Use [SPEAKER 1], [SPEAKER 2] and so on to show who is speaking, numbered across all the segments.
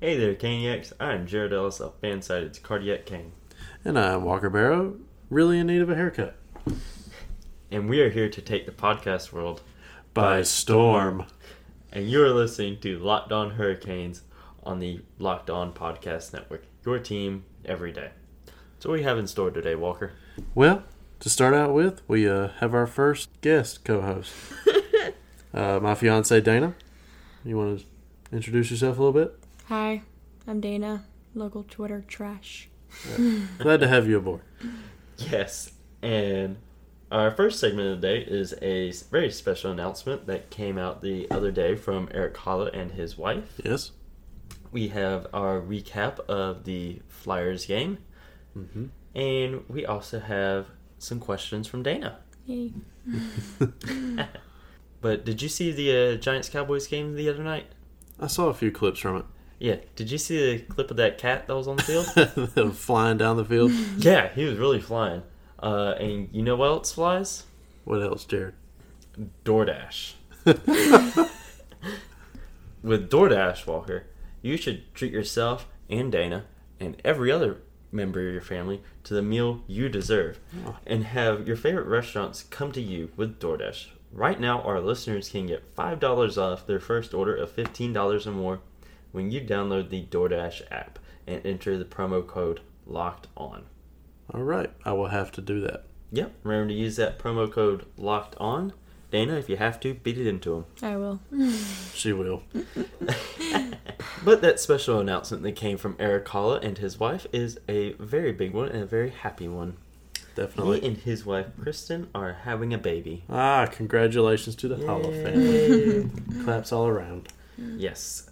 [SPEAKER 1] Hey there, Caniacs. I'm Jared Ellis of Fansided's Cardiac Cane,
[SPEAKER 2] And I'm Walker Barrow, really in need of a haircut.
[SPEAKER 1] and we are here to take the podcast world.
[SPEAKER 2] By storm.
[SPEAKER 1] And you are listening to Locked On Hurricanes on the Locked On Podcast Network, your team every day. So, what do we have in store today, Walker?
[SPEAKER 2] Well, to start out with, we uh, have our first guest co host, uh, my fiance Dana. You want to introduce yourself a little bit?
[SPEAKER 3] Hi, I'm Dana, local Twitter trash.
[SPEAKER 2] Glad to have you aboard.
[SPEAKER 1] Yes, and our first segment of the day is a very special announcement that came out the other day from Eric Holla and his wife.
[SPEAKER 2] Yes?
[SPEAKER 1] we have our recap of the Flyers game,
[SPEAKER 2] Mhm.
[SPEAKER 1] and we also have some questions from Dana.
[SPEAKER 3] Yay.
[SPEAKER 1] But did you see the uh, Giants Cowboys game the other night?
[SPEAKER 2] I saw a few clips from it.
[SPEAKER 1] Yeah. Did you see the clip of that cat that was on the field?
[SPEAKER 2] Them Flying down the field.
[SPEAKER 1] yeah, he was really flying. Uh, and you know what else flies?
[SPEAKER 2] What else, Jared?
[SPEAKER 1] DoorDash. With DoorDash, Walker, you should treat yourself and Dana and every other member of your family to the meal you deserve
[SPEAKER 2] Oh.
[SPEAKER 1] and have your favorite restaurants come to you with DoorDash. Right now, our listeners can get $5 off their first order of $15 or more when you download the DoorDash app and enter the promo code LOCKED ON.
[SPEAKER 2] All right, I will have to do that.
[SPEAKER 1] Yep, remember to use that promo code LOCKED ON. Dana, if you have to, beat it into them.
[SPEAKER 3] I will.
[SPEAKER 2] She will.
[SPEAKER 1] But that special announcement that came from Eric Holla and his wife is a very big one and a very happy one. He
[SPEAKER 2] Definitely.
[SPEAKER 1] and his wife Kristen are having a baby.
[SPEAKER 2] Ah, congratulations to the Hollow family.
[SPEAKER 1] Yay.
[SPEAKER 2] Claps all around.
[SPEAKER 1] yes.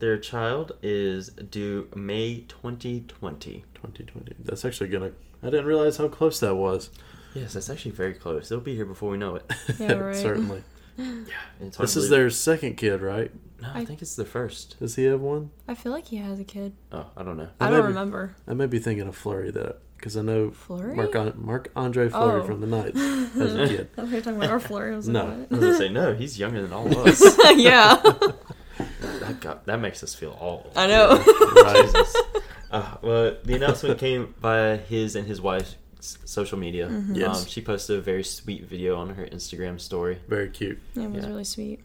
[SPEAKER 1] Their child is due May 2020.
[SPEAKER 2] 2020. That's actually gonna. I didn't realize how close that was.
[SPEAKER 1] Yes, that's actually very close. It'll be here before we know it.
[SPEAKER 3] Yeah, right.
[SPEAKER 2] Certainly.
[SPEAKER 1] yeah, it's hard
[SPEAKER 2] This
[SPEAKER 1] to
[SPEAKER 2] is
[SPEAKER 1] believe.
[SPEAKER 2] their second kid, right?
[SPEAKER 1] No, I think it's the first.
[SPEAKER 2] Does he have one?
[SPEAKER 3] I feel like he has a kid.
[SPEAKER 1] Oh, I don't know.
[SPEAKER 2] I
[SPEAKER 3] I don't
[SPEAKER 2] maybe-
[SPEAKER 3] remember.
[SPEAKER 2] I may be thinking of Flurry though, because I know
[SPEAKER 3] Flurry?
[SPEAKER 2] Mark Mark Andre Flurry
[SPEAKER 3] Oh.
[SPEAKER 2] from the Knights has a kid.
[SPEAKER 3] I thought you were talking about our Flurry. I was
[SPEAKER 2] No.
[SPEAKER 3] like,
[SPEAKER 1] I was
[SPEAKER 3] what?
[SPEAKER 1] gonna say no. He's younger than all of us.
[SPEAKER 3] yeah,
[SPEAKER 1] that, got, that makes us feel old.
[SPEAKER 3] I know.
[SPEAKER 2] Right.
[SPEAKER 1] Jesus. Uh, well, the announcement came via his and his wife's s- social media.
[SPEAKER 2] Yes.
[SPEAKER 1] Um, she posted a very sweet video on her Instagram story.
[SPEAKER 2] Very cute.
[SPEAKER 3] it was
[SPEAKER 1] Yeah.
[SPEAKER 3] really sweet.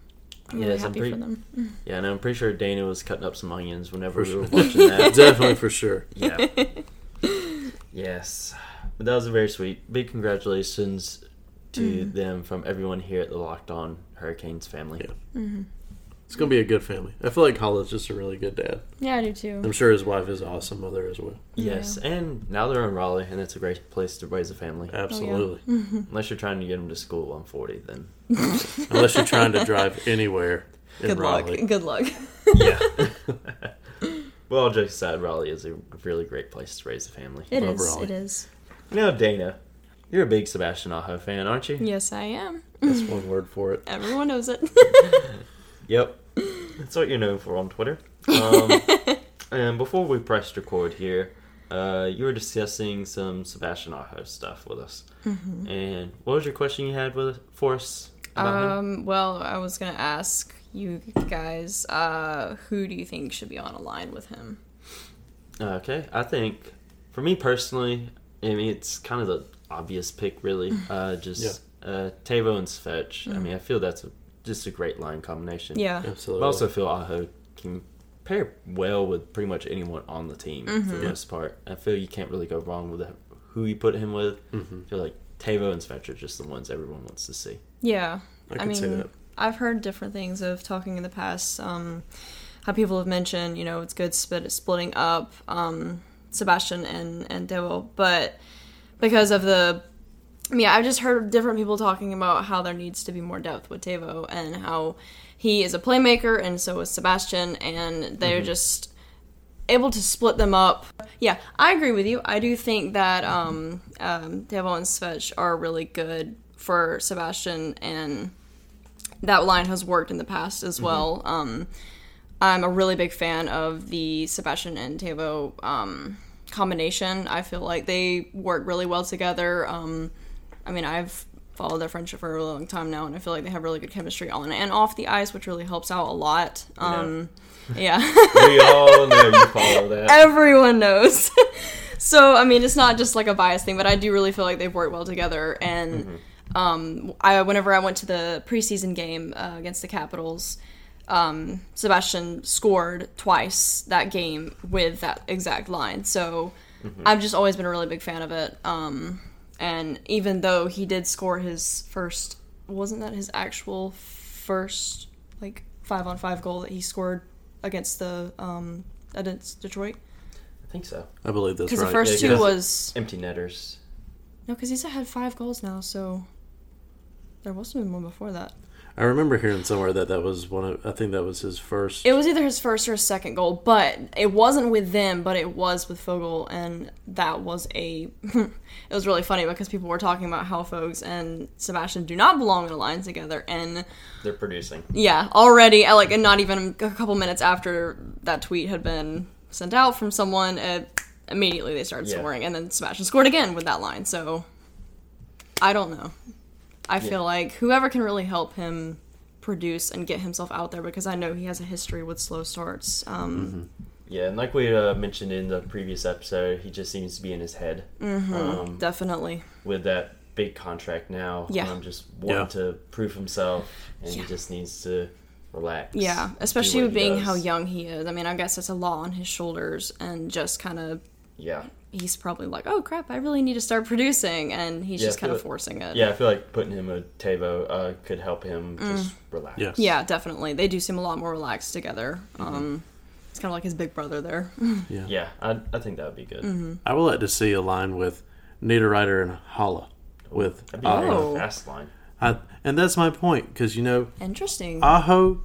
[SPEAKER 3] I'm
[SPEAKER 1] Yeah,
[SPEAKER 3] really
[SPEAKER 1] it's a
[SPEAKER 3] happy
[SPEAKER 1] pretty-
[SPEAKER 3] for them.
[SPEAKER 1] Yeah, and I'm pretty sure Dana was cutting up some onions whenever
[SPEAKER 2] For
[SPEAKER 1] we were
[SPEAKER 2] sure.
[SPEAKER 1] watching that.
[SPEAKER 2] Definitely for sure.
[SPEAKER 1] yeah. Yes. But that was very sweet. Big congratulations to them from everyone here at the Locked On Hurricanes family.
[SPEAKER 2] Yeah.
[SPEAKER 3] Mm-hmm.
[SPEAKER 2] It's gonna be a good family. I feel like Hollow's just a really good dad.
[SPEAKER 3] Yeah, I do too.
[SPEAKER 2] I'm sure his wife is an awesome mother as well.
[SPEAKER 3] Oh,
[SPEAKER 1] Yes, and now they're in Raleigh, and it's a great place to raise a family.
[SPEAKER 2] Absolutely.
[SPEAKER 1] Unless you're trying to get them to school on 40, then.
[SPEAKER 2] Unless you're trying to drive anywhere in
[SPEAKER 3] Good luck.
[SPEAKER 2] Raleigh.
[SPEAKER 3] Good luck.
[SPEAKER 1] yeah. well, jokes aside, Raleigh is a really great place to raise a family.
[SPEAKER 3] It
[SPEAKER 2] Love
[SPEAKER 3] is.
[SPEAKER 2] Raleigh.
[SPEAKER 3] It is.
[SPEAKER 1] Now, Dana, you're a big Sebastian Aho fan, aren't you?
[SPEAKER 3] Yes, I am.
[SPEAKER 2] That's one word for it.
[SPEAKER 3] Everyone knows it.
[SPEAKER 1] Yep. That's what you're known for on Twitter. Um, and before we pressed record here, uh, you were discussing some Sebastian Aho stuff with us. And what was your question you had with for us? About him?
[SPEAKER 3] um. Well, I was gonna ask you guys, uh, who do you think should be on a line with him?
[SPEAKER 1] Okay, I think for me personally, I mean it's kind of the obvious pick, really. Uh, just uh, Tavo and Svetch. I mean, I feel that's a, just a great line combination.
[SPEAKER 3] Yeah.
[SPEAKER 1] but
[SPEAKER 2] Absolutely.
[SPEAKER 1] I also feel Aho can pair well with pretty much anyone on the team for
[SPEAKER 3] Mm-hmm.
[SPEAKER 1] the most part. I feel you can't really go wrong with who you put him with. I feel like Tavo and Svetch are just the ones everyone wants to see.
[SPEAKER 3] Yeah.
[SPEAKER 2] I could see that.
[SPEAKER 3] I've heard different things of talking in the past. Um, how people have mentioned, you know, it's good split, splitting up um, Sebastian and and Devil, but because of the I mean, I've just heard different people talking about how there needs to be more depth with Tavo and how he is a playmaker and so is Sebastian, and they're
[SPEAKER 2] Mm-hmm.
[SPEAKER 3] just able to split them up. Yeah, I agree with you. I do think that um, um, Tavo and Svetch are really good for Sebastian, and that line has worked in the past as well. Um, I'm a really big fan of the Sebastian and Tavo um, combination. I feel like they work really well together. Um, I mean, I've followed their friendship for a really long time now, and I feel like they have really good chemistry on and off the ice, which really helps out a lot. Um, Oh. yeah.
[SPEAKER 1] we all know you follow that.
[SPEAKER 3] everyone knows. so I mean, it's not just like a bias thing, but I do really feel like they've worked well together. And um, I, whenever I went to the preseason game uh, against the Capitals, um, Sebastian scored twice that game with that exact line. So I've just always been a really big fan of it. Um, and even though he did score his first, wasn't that his actual first like five on five goal that he scored against the um, against Detroit?
[SPEAKER 1] I think so.
[SPEAKER 2] I believe that's
[SPEAKER 3] Because
[SPEAKER 2] right.
[SPEAKER 3] the first
[SPEAKER 1] yeah,
[SPEAKER 3] two
[SPEAKER 1] 'cause-
[SPEAKER 3] was
[SPEAKER 1] Empty netters.
[SPEAKER 3] no, because he's had five goals now, so there must have been one before that.
[SPEAKER 2] I remember hearing somewhere that that was one of. I think that was his first.
[SPEAKER 3] It was either his first or his second goal, but it wasn't with them, but it was with Fogel, and that was a. it was really funny because people were talking about how Fogs and Sebastian do not belong in a line together, and
[SPEAKER 1] They're producing.
[SPEAKER 3] yeah, already uh, like and not even a couple minutes after that tweet had been sent out from someone, uh, immediately they started
[SPEAKER 1] Yeah.
[SPEAKER 3] scoring, and then Sebastian scored again with that line. So I don't know. I
[SPEAKER 1] Yeah.
[SPEAKER 3] feel like whoever can really help him produce and get himself out there because I know he has a history with slow starts. Um,
[SPEAKER 1] Mm-hmm. Yeah, and like we uh, mentioned in the previous episode, he just seems to be in his head
[SPEAKER 3] Mm-hmm.
[SPEAKER 1] um,
[SPEAKER 3] Definitely.
[SPEAKER 1] with that big contract now.
[SPEAKER 3] Yeah.
[SPEAKER 1] um, just wanting
[SPEAKER 2] Yeah.
[SPEAKER 1] to prove himself, and
[SPEAKER 3] Yeah.
[SPEAKER 1] he just needs to relax.
[SPEAKER 3] Yeah,
[SPEAKER 1] do
[SPEAKER 3] especially
[SPEAKER 1] what
[SPEAKER 3] with
[SPEAKER 1] he
[SPEAKER 3] being
[SPEAKER 1] does.
[SPEAKER 3] how young he is. I mean, I guess it's a lot on his shoulders and just kind of
[SPEAKER 1] Yeah,
[SPEAKER 3] he's probably like, "Oh crap, I really need to start producing." And he's
[SPEAKER 1] Yeah,
[SPEAKER 3] just kind of
[SPEAKER 1] but-
[SPEAKER 3] forcing it.
[SPEAKER 1] yeah. I feel like putting him with Tavo uh, could help him
[SPEAKER 3] Mm.
[SPEAKER 1] just relax.
[SPEAKER 2] Yes.
[SPEAKER 3] Yeah, definitely. They do seem a lot more relaxed together. Um, it's kind of like his big brother there.
[SPEAKER 1] Yeah, I, I think that would be good.
[SPEAKER 3] Mm-hmm.
[SPEAKER 2] I would like to see a line with Niederreiter and Holla. With
[SPEAKER 1] That'd be a
[SPEAKER 2] Aho.
[SPEAKER 1] really
[SPEAKER 3] Oh.
[SPEAKER 1] fast line.
[SPEAKER 2] I, and that's my point because you know
[SPEAKER 3] Interesting.
[SPEAKER 2] Aho,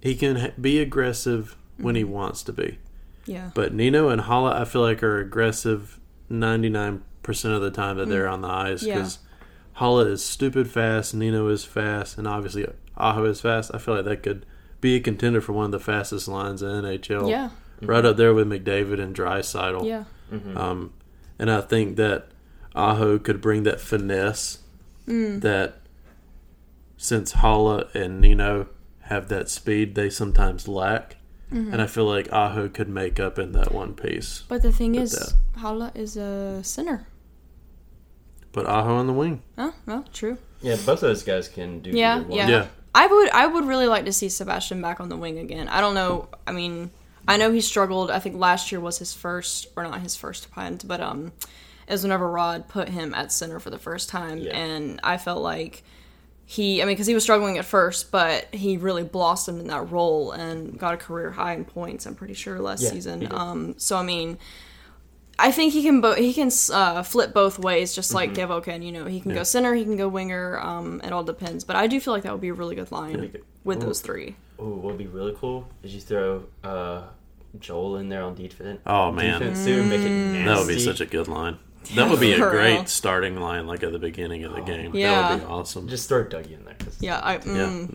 [SPEAKER 2] he can h- be aggressive when
[SPEAKER 3] Mm-hmm.
[SPEAKER 2] he wants to be,
[SPEAKER 3] yeah.
[SPEAKER 2] but Nino and Holla, I feel like are aggressive ninety nine percent of the time that they're on the ice
[SPEAKER 3] Mm. Yeah.
[SPEAKER 2] because Holla is stupid fast, Nino is fast, and obviously Aho is fast. I feel like that could be a contender for one of the fastest lines in NHL.
[SPEAKER 3] Yeah.
[SPEAKER 1] Mm-hmm.
[SPEAKER 2] right up there with McDavid and Drysidle.
[SPEAKER 3] Yeah.
[SPEAKER 2] Um, and I think that Aho could bring that finesse
[SPEAKER 3] Mm.
[SPEAKER 2] that since Hala and Nino have that speed, they sometimes lack.
[SPEAKER 3] Mm-hmm.
[SPEAKER 2] And I feel like Aho could make up in that one piece.
[SPEAKER 3] But the thing
[SPEAKER 2] But
[SPEAKER 3] is,
[SPEAKER 2] that-
[SPEAKER 3] Paula is a sinner.
[SPEAKER 2] But Aho on the wing.
[SPEAKER 3] Oh, well, true.
[SPEAKER 1] Yeah, both those guys can do.
[SPEAKER 3] Yeah,
[SPEAKER 1] either one.
[SPEAKER 3] yeah.
[SPEAKER 2] Yeah.
[SPEAKER 3] I would I would really like to see Sebastian back on the wing again. I don't know. I mean, I know he struggled. I think last year was his first or not his first punt, but um it was whenever Rod put him at center for the first time
[SPEAKER 1] Yeah.
[SPEAKER 3] and I felt like he I mean cuz he was struggling at first, but he really blossomed in that role and got a career high in points, I'm pretty sure last
[SPEAKER 1] Yeah, he
[SPEAKER 3] season.
[SPEAKER 1] did.
[SPEAKER 3] Um so I mean, I think he can bo- he can uh, flip both ways, just like
[SPEAKER 2] Mm-hmm.
[SPEAKER 3] Devo can. You know, he can go center, he can go winger. Um, it all depends. But I do feel like that would be a really good line
[SPEAKER 1] good.
[SPEAKER 3] with those three.
[SPEAKER 1] Ooh, what would be really cool is you throw uh, Joel in there on defense.
[SPEAKER 2] Oh, man.
[SPEAKER 1] defense too, and make it
[SPEAKER 3] Mm.
[SPEAKER 1] nasty.
[SPEAKER 2] That would be such a good line. That would be a
[SPEAKER 3] For
[SPEAKER 2] great
[SPEAKER 3] real.
[SPEAKER 2] starting line, like at the beginning of the game. That
[SPEAKER 3] Yeah.
[SPEAKER 2] would be awesome.
[SPEAKER 1] Oh. Just throw Dougie in there. 'cause-
[SPEAKER 3] Yeah, I, mm,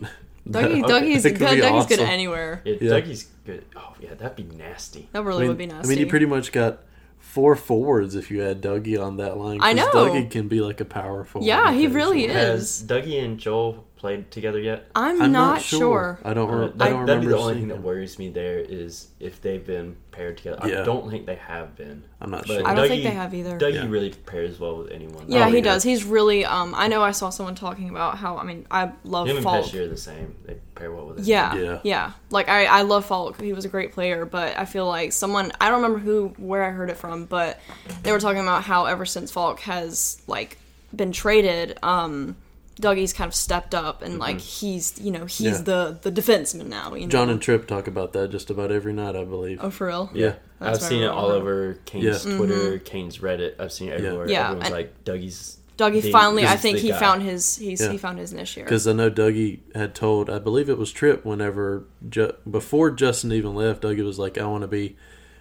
[SPEAKER 2] yeah.
[SPEAKER 3] Dougie, Dougie's
[SPEAKER 2] That
[SPEAKER 3] good.
[SPEAKER 2] could be
[SPEAKER 3] Dougie's good
[SPEAKER 2] awesome.
[SPEAKER 3] anywhere.
[SPEAKER 1] yeah,
[SPEAKER 2] Yeah.
[SPEAKER 1] Dougie's good. Oh yeah, that'd be nasty.
[SPEAKER 3] That really
[SPEAKER 2] I mean,
[SPEAKER 3] would be nasty.
[SPEAKER 2] I mean, you pretty much got four forwards if you add Dougie on that line. 'cause
[SPEAKER 3] I know.
[SPEAKER 2] Dougie can be like a power forward.
[SPEAKER 3] Yeah, he really
[SPEAKER 2] occasionally.
[SPEAKER 3] is.
[SPEAKER 1] Has Dougie and Joel played together yet?
[SPEAKER 3] I'm, not, sure.
[SPEAKER 2] I don't. Re-
[SPEAKER 1] Uh,
[SPEAKER 2] I,
[SPEAKER 1] that-
[SPEAKER 2] don't
[SPEAKER 1] that'd be
[SPEAKER 2] remember
[SPEAKER 1] the only
[SPEAKER 2] seeing
[SPEAKER 1] thing that
[SPEAKER 2] him.
[SPEAKER 1] worries me there is if they've been paired together. I
[SPEAKER 2] Yeah.
[SPEAKER 1] don't think they have been.
[SPEAKER 2] I'm not
[SPEAKER 1] But
[SPEAKER 2] sure.
[SPEAKER 3] I don't think they have either.
[SPEAKER 1] Dougie
[SPEAKER 2] Yeah.
[SPEAKER 1] really pairs well with anyone.
[SPEAKER 3] Yeah,
[SPEAKER 2] Oh,
[SPEAKER 3] he
[SPEAKER 2] yeah.
[SPEAKER 3] does. He's really. Um, I know I saw someone talking about how. I mean, I love
[SPEAKER 1] Him and
[SPEAKER 3] Falk.
[SPEAKER 1] Pesci are the same. They pair well with
[SPEAKER 3] Yeah,
[SPEAKER 2] Yeah.
[SPEAKER 3] yeah, Like I, I love Falk. He was a great player, but I feel like someone I don't remember who where I heard it from, but they were talking about how ever since Falk has like been traded, um, Dougie's kind of stepped up and like he's you know he's
[SPEAKER 2] Mm-hmm. Yeah.
[SPEAKER 3] the the defenseman now. You know?
[SPEAKER 2] John and Tripp talk about that just about every night, I believe.
[SPEAKER 3] oh for real.
[SPEAKER 2] Yeah.
[SPEAKER 3] That's
[SPEAKER 1] I've
[SPEAKER 3] what I
[SPEAKER 1] seen it all
[SPEAKER 3] remember. Mm-hmm.
[SPEAKER 1] over Kane's Twitter, Kane's Reddit. I've seen it everywhere.
[SPEAKER 3] Yeah,
[SPEAKER 1] Everyone's
[SPEAKER 3] and-
[SPEAKER 1] like Dougie's.
[SPEAKER 3] Dougie
[SPEAKER 1] the-
[SPEAKER 3] finally, I
[SPEAKER 1] he's
[SPEAKER 3] think
[SPEAKER 1] the
[SPEAKER 3] he
[SPEAKER 1] guy.
[SPEAKER 3] found his he's
[SPEAKER 2] Yeah.
[SPEAKER 3] he found his niche here.
[SPEAKER 2] Because I know Dougie had told, I believe it was Tripp, whenever ju- before Justin even left, Dougie was like, "I want to be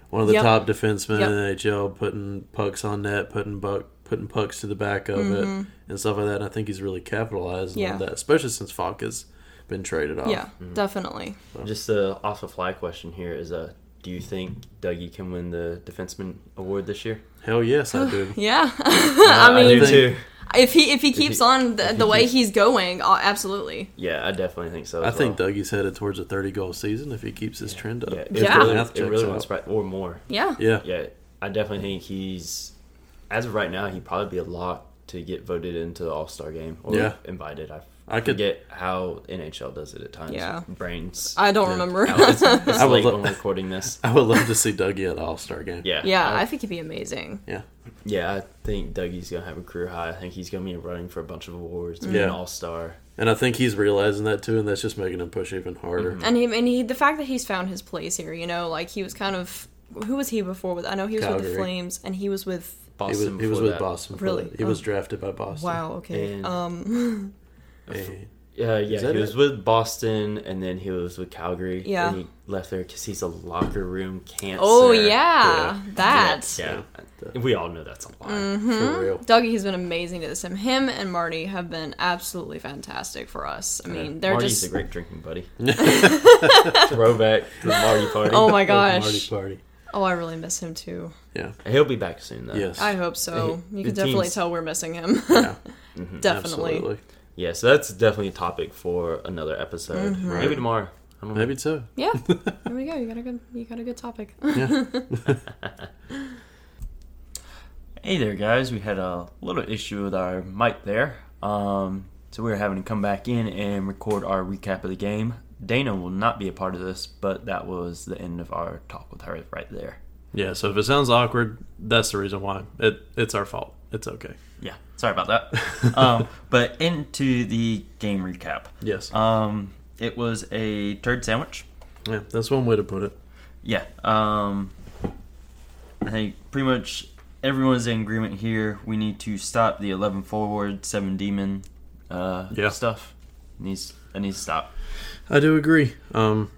[SPEAKER 2] one of the
[SPEAKER 3] Yep.
[SPEAKER 2] top defensemen
[SPEAKER 3] Yep.
[SPEAKER 2] in the NHL, putting pucks on net, putting buck, putting pucks to the back of it, and stuff like that." And I think he's really capitalized
[SPEAKER 3] Mm-hmm. Yeah.
[SPEAKER 2] on that, especially since Falk has been traded off.
[SPEAKER 3] Yeah,
[SPEAKER 1] Oh.
[SPEAKER 3] definitely.
[SPEAKER 1] Just a off the fly question here is uh, do you think Dougie can win the defenseman award this year?
[SPEAKER 2] Hell yes, I do.
[SPEAKER 3] Yeah, I
[SPEAKER 1] I
[SPEAKER 3] mean,
[SPEAKER 1] do too.
[SPEAKER 3] If he if he keeps
[SPEAKER 1] he-
[SPEAKER 3] on the,
[SPEAKER 1] if
[SPEAKER 3] the
[SPEAKER 1] he
[SPEAKER 3] way
[SPEAKER 1] keeps-
[SPEAKER 3] he's going, uh, absolutely.
[SPEAKER 1] Yeah, I definitely think so.
[SPEAKER 2] I
[SPEAKER 1] as
[SPEAKER 2] think
[SPEAKER 1] well.
[SPEAKER 2] Dougie's headed towards a 30 goal season if he keeps this trend up.
[SPEAKER 1] Yeah, it
[SPEAKER 3] Yeah.
[SPEAKER 1] really,
[SPEAKER 2] Math
[SPEAKER 1] it
[SPEAKER 2] checks
[SPEAKER 1] really
[SPEAKER 2] out.
[SPEAKER 1] went spread- or more.
[SPEAKER 3] Yeah.
[SPEAKER 2] Yeah.
[SPEAKER 1] Yeah, I definitely think he's as of right now he'd probably be a lot to get voted into the All Star game or
[SPEAKER 2] Yeah.
[SPEAKER 1] invited. I,
[SPEAKER 2] I could-
[SPEAKER 1] forget how NHL does it at times.
[SPEAKER 3] Yeah.
[SPEAKER 1] brains.
[SPEAKER 3] I don't
[SPEAKER 2] Yeah.
[SPEAKER 3] remember.
[SPEAKER 1] Now it's, it's
[SPEAKER 2] I would
[SPEAKER 1] late
[SPEAKER 2] lo-
[SPEAKER 1] when we're recording this.
[SPEAKER 2] I would love to see Dougie at All Star game.
[SPEAKER 1] Yeah,
[SPEAKER 3] yeah,
[SPEAKER 1] I,
[SPEAKER 3] I think he'd be amazing.
[SPEAKER 2] Yeah.
[SPEAKER 1] yeah, I think Dougie's gonna have a career high. I think he's gonna be running for a bunch of awards, be an
[SPEAKER 2] Yeah.
[SPEAKER 1] All Star.
[SPEAKER 2] And I think he's realizing that too, and that's just making him push even harder.
[SPEAKER 3] And he and he the fact that he's found his place here, you know, like he was kind of who was he before with I know he was with
[SPEAKER 2] Calgary.
[SPEAKER 3] the Flames and he was with
[SPEAKER 2] He was,
[SPEAKER 1] Boston.
[SPEAKER 2] he was
[SPEAKER 1] before
[SPEAKER 2] with
[SPEAKER 1] that.
[SPEAKER 2] Boston. for
[SPEAKER 3] Really?
[SPEAKER 2] that. He
[SPEAKER 3] Oh.
[SPEAKER 2] was drafted by Boston.
[SPEAKER 3] Wow, okay.
[SPEAKER 1] And-
[SPEAKER 3] um
[SPEAKER 2] Hey.
[SPEAKER 1] Yeah, yeah,
[SPEAKER 2] Is
[SPEAKER 1] he
[SPEAKER 2] that
[SPEAKER 1] was
[SPEAKER 2] it?
[SPEAKER 1] with Boston, and then he was with Calgary.
[SPEAKER 3] Yeah.
[SPEAKER 1] and he left there because he's a locker room cancer.
[SPEAKER 3] Oh
[SPEAKER 1] Yeah,
[SPEAKER 3] yeah, that. Mm-hmm.
[SPEAKER 1] yeah. We all know that's a lie.
[SPEAKER 3] Hmm?
[SPEAKER 2] For real.
[SPEAKER 3] Dougie has been amazing to this. Him, him and Marty have been absolutely fantastic for us. I mean, they're
[SPEAKER 1] Marty's a
[SPEAKER 3] just
[SPEAKER 1] great drinking buddy. Throwback to the Marty party.
[SPEAKER 3] oh
[SPEAKER 2] Marty
[SPEAKER 3] my gosh.
[SPEAKER 2] Party.
[SPEAKER 3] Oh, I really miss him too.
[SPEAKER 2] Yeah.
[SPEAKER 1] He'll be back soon though.
[SPEAKER 2] Yes.
[SPEAKER 3] Uh, I hope so. You
[SPEAKER 1] The
[SPEAKER 3] can definitely
[SPEAKER 1] teams- Mm-hmm.
[SPEAKER 3] tell we're missing him.
[SPEAKER 2] yeah.
[SPEAKER 3] definitely.
[SPEAKER 2] Absolutely.
[SPEAKER 1] Yeah, so that's definitely a topic for another episode.
[SPEAKER 3] Mm-hmm.
[SPEAKER 1] Maybe
[SPEAKER 2] Right.
[SPEAKER 1] tomorrow. I don't know.
[SPEAKER 2] Maybe so.
[SPEAKER 3] Yeah. There we go. You got a good you got a good topic.
[SPEAKER 2] Yeah.
[SPEAKER 1] Hey there, guys. We had a little issue with our mic there. Um, so we were having to come back in and record our recap of the game. Dana will not be a part of this, but that was the end of our talk with her right there.
[SPEAKER 2] Yeah. So if it sounds awkward, that's the reason why. It it's our fault. It's okay.
[SPEAKER 1] Yeah, sorry about that. um, but into the game recap.
[SPEAKER 2] Yes.
[SPEAKER 1] Um, it was a turd sandwich.
[SPEAKER 2] yeah. That's one way to put it.
[SPEAKER 1] Yeah. Um, I think pretty much everyone is in agreement here. We need to stop the 11 forward, 7 demon uh,
[SPEAKER 2] Yeah.
[SPEAKER 1] stuff. Needs, it needs to stop.
[SPEAKER 2] I do agree. Um,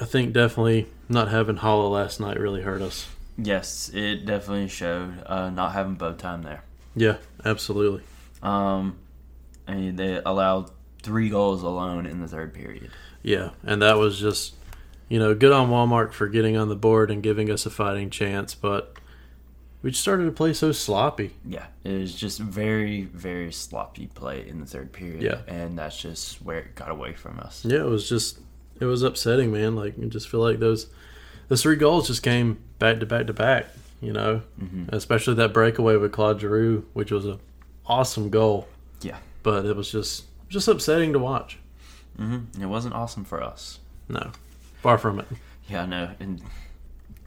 [SPEAKER 2] I think definitely not having Holla last night really hurt us.
[SPEAKER 1] Yes, it definitely showed uh, not having bow time there.
[SPEAKER 2] Yeah. Absolutely.
[SPEAKER 1] Um, I mean, they allowed three goals alone in the third period.
[SPEAKER 2] Yeah, and that was just, you know, good on Walmart for getting on the board and giving us a fighting chance, but we just started to play so sloppy.
[SPEAKER 1] Yeah, it was just very, very sloppy play in the third period.
[SPEAKER 2] Yeah.
[SPEAKER 1] And that's just where it got away from us.
[SPEAKER 2] Yeah, it was just, it was upsetting, man. Like, you just feel like those, those three goals just came back to back to back. You know, especially that breakaway with Claude Giroux, which was a awesome goal,
[SPEAKER 1] Yeah.
[SPEAKER 2] but it was just just upsetting to watch.
[SPEAKER 1] Mm-hmm. It wasn't awesome for us.
[SPEAKER 2] No, far from it.
[SPEAKER 1] Yeah, I know. And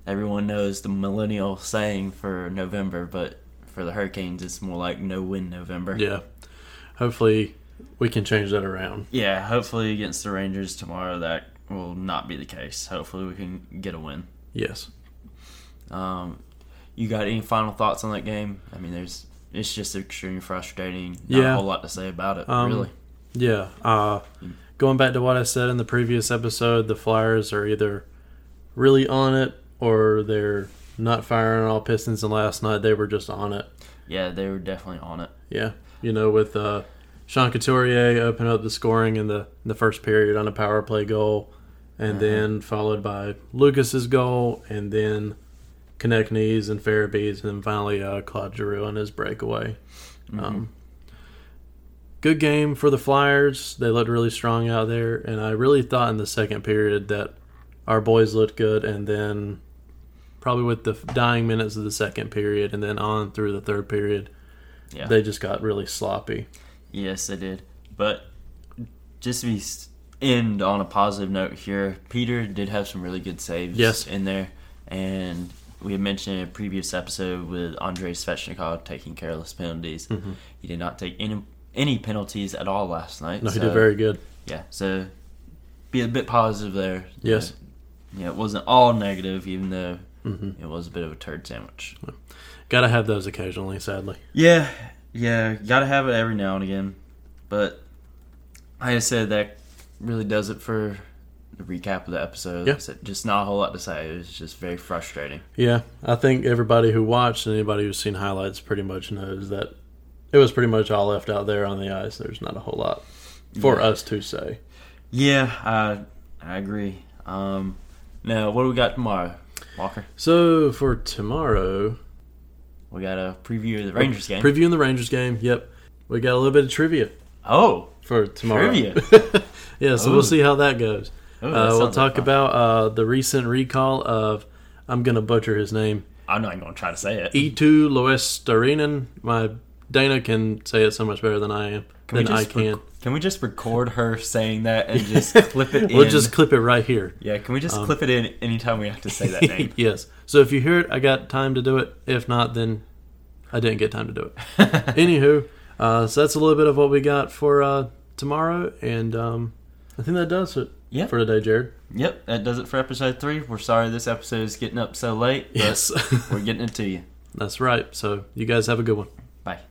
[SPEAKER 1] everyone knows the millennial saying for November, but for the Hurricanes, it's more like no win November.
[SPEAKER 2] Yeah, hopefully we can change that around.
[SPEAKER 1] Yeah, hopefully against the Rangers tomorrow, that will not be the case. Hopefully, we can get a win.
[SPEAKER 2] Yes.
[SPEAKER 1] Um, you got any final thoughts on that game? I mean, there's it's just extremely frustrating. Not
[SPEAKER 2] Yeah.
[SPEAKER 1] a whole lot to say about it,
[SPEAKER 2] Um,
[SPEAKER 1] really.
[SPEAKER 2] Yeah. Uh, going back to what I said in the previous episode, the Flyers are either really on it or they're not firing on all pistons. And last night they were just on it.
[SPEAKER 1] Yeah, they were definitely on it.
[SPEAKER 2] Yeah. You know, with uh, Sean Couturier opening up the scoring in the in the first period on a power play goal, and then followed by Lucas's goal, and then Connect Knees and Farabees, and then finally uh, Claude Giroux on his breakaway. Um, good game for the Flyers. They looked really strong out there, and I really thought in the second period that our boys looked good, and then probably with the dying minutes of the second period, and then on through the third period,
[SPEAKER 1] Yeah.
[SPEAKER 2] they just got really sloppy.
[SPEAKER 1] Yes, I did. But just to be s- end on a positive note here, Peter did have some really good saves
[SPEAKER 2] Yes.
[SPEAKER 1] in there. And we had mentioned in a previous episode with Andrei Svechnikov taking careless penalties.
[SPEAKER 2] Mm-hmm.
[SPEAKER 1] He did not take any any penalties at all last night.
[SPEAKER 2] No, he
[SPEAKER 1] so,
[SPEAKER 2] did very good.
[SPEAKER 1] Yeah, so be a bit positive there.
[SPEAKER 2] Yes.
[SPEAKER 1] Yeah, it wasn't all negative, even though
[SPEAKER 2] Mm-hmm.
[SPEAKER 1] it was a bit of a turd sandwich.
[SPEAKER 2] Got to have those occasionally, sadly.
[SPEAKER 1] Yeah, yeah, gotta have it every now and again. But like I said, that really does it for the recap of the episode.
[SPEAKER 2] Yeah.
[SPEAKER 1] Like I said, Just not a whole lot to say. It was just very frustrating.
[SPEAKER 2] Yeah, I think everybody who watched and anybody who's seen highlights pretty much knows that it was pretty much all left out there on the ice. There's not a whole lot for us to say.
[SPEAKER 1] Yeah, I I agree. Um, now what do we got tomorrow, Walker?
[SPEAKER 2] So for tomorrow,
[SPEAKER 1] We got a preview of the Rangers game.
[SPEAKER 2] previewing the Rangers game. Yep, we got a little bit of trivia
[SPEAKER 1] Oh,
[SPEAKER 2] for tomorrow.
[SPEAKER 1] Trivia?
[SPEAKER 2] yeah, so
[SPEAKER 1] Ooh.
[SPEAKER 2] we'll see how that goes.
[SPEAKER 1] Ooh, that
[SPEAKER 2] uh, we'll
[SPEAKER 1] sounds like
[SPEAKER 2] talk
[SPEAKER 1] fun.
[SPEAKER 2] about uh, the recent recall of, I'm going to butcher his name,
[SPEAKER 1] I'm not even gonna try to say it.
[SPEAKER 2] E2 Loestarinen. My Dana can say it so much better than I am.
[SPEAKER 1] Can we
[SPEAKER 2] than I
[SPEAKER 1] just
[SPEAKER 2] can.
[SPEAKER 1] rec- can we just record her saying that and just Um, clip it in?
[SPEAKER 2] We'll just clip it right here.
[SPEAKER 1] yeah, can we just clip it in anytime we have to say that name?
[SPEAKER 2] yes. So if you hear it, I got time to do it. If not, then I didn't get time to do it. Anywho, uh, so that's a little bit of what we got for uh, tomorrow, and um, I think that does it
[SPEAKER 1] Yeah.
[SPEAKER 2] for today, Jared.
[SPEAKER 1] yep, that does it for episode three. We're sorry this episode is getting up so late. but
[SPEAKER 2] Yes,
[SPEAKER 1] we're getting it to you.
[SPEAKER 2] that's right. So you guys have a good one.